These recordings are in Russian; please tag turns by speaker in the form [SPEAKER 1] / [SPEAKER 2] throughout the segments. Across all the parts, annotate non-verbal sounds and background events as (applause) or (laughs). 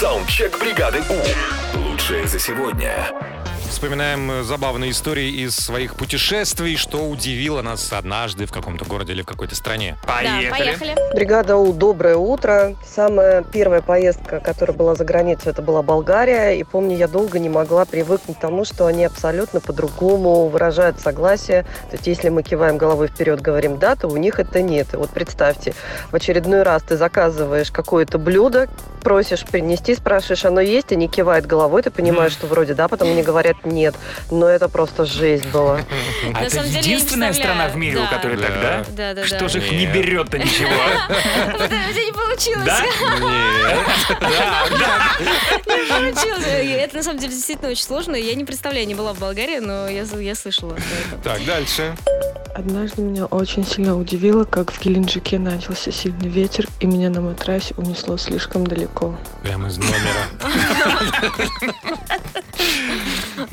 [SPEAKER 1] Саундчек бригады У. Лучшее за сегодня.
[SPEAKER 2] Вспоминаем э, забавные истории из своих путешествий, что удивило нас однажды в каком-то городе или в какой-то стране.
[SPEAKER 3] Да, поехали.
[SPEAKER 4] Бригада У, доброе утро. Самая первая поездка, которая была за границу, это была Болгария. И помню, я долго не могла привыкнуть к тому, что они абсолютно по-другому выражают согласие. То есть, если мы киваем головой вперед, говорим «да», то у них это «нет». И вот представьте, в очередной раз ты заказываешь какое-то блюдо, просишь принести, спрашиваешь, оно есть, они кивают головой, ты понимаешь, что вроде да, потом они говорят «нет». Но это просто жесть была.
[SPEAKER 3] На
[SPEAKER 5] А это
[SPEAKER 3] самом деле, я не
[SPEAKER 5] единственная страна в мире, у
[SPEAKER 3] представляю.
[SPEAKER 5] которой
[SPEAKER 2] Да.
[SPEAKER 5] тогда?
[SPEAKER 3] Да, да, да. (laughs)
[SPEAKER 5] Что же их не
[SPEAKER 2] Нет.
[SPEAKER 5] берет-то ничего?
[SPEAKER 3] Потому что не получилось.
[SPEAKER 5] Да?
[SPEAKER 3] Не (laughs) получилось. Это на самом деле действительно очень сложно. Я не представляю, я не была в Болгарии, но я, я слышала. про это.
[SPEAKER 2] Так, дальше.
[SPEAKER 6] Однажды меня очень сильно удивило, как в Геленджике начался сильный ветер, и меня на матрасе унесло слишком далеко.
[SPEAKER 2] Прямо из
[SPEAKER 3] (laughs)
[SPEAKER 2] номера.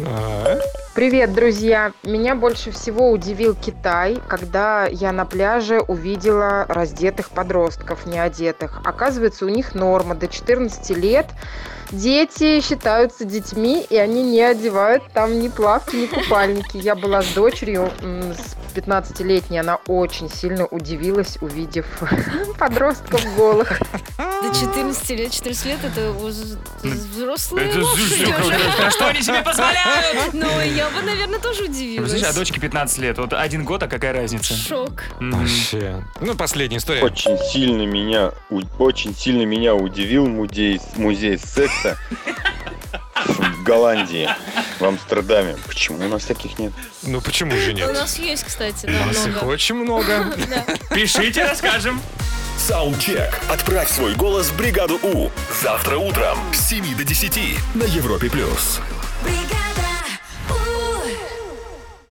[SPEAKER 2] А,
[SPEAKER 7] Привет, друзья! Меня больше всего удивил Китай, когда я на пляже увидела раздетых подростков, неодетых. Оказывается, у них норма до 14 лет. Дети считаются детьми, и они не одевают там ни плавки, ни купальники. Я была с дочерью, м, с 15-летней, она очень сильно удивилась, увидев (laughs) подростков голых.
[SPEAKER 3] До 14 лет, 14 лет это уже взрослые
[SPEAKER 5] Это
[SPEAKER 3] лошади
[SPEAKER 5] жуть
[SPEAKER 3] Ну, уже.
[SPEAKER 5] какая. Ну, На что они себе позволяют?
[SPEAKER 3] Ну, я бы, наверное, тоже
[SPEAKER 5] Слушай, а
[SPEAKER 3] удивилась.
[SPEAKER 5] дочке 15 лет. Вот один год, а какая разница?
[SPEAKER 3] Шок.
[SPEAKER 5] Мгм.
[SPEAKER 2] Вообще. Ну, последняя история.
[SPEAKER 8] Очень сильно меня, у- очень сильно меня удивил музей, музей секса в Голландии, в Амстердаме. Почему у нас таких нет?
[SPEAKER 2] Ну, почему же
[SPEAKER 3] У
[SPEAKER 2] нет?
[SPEAKER 3] нас есть, кстати,
[SPEAKER 2] У
[SPEAKER 3] да,
[SPEAKER 2] нас их
[SPEAKER 3] много.
[SPEAKER 2] очень много.
[SPEAKER 3] Да.
[SPEAKER 5] Пишите, расскажем.
[SPEAKER 1] Саундчек. Отправь свой голос в бригаду У. Завтра утром с 7 до 10 на Европе+. плюс.
[SPEAKER 9] бригада.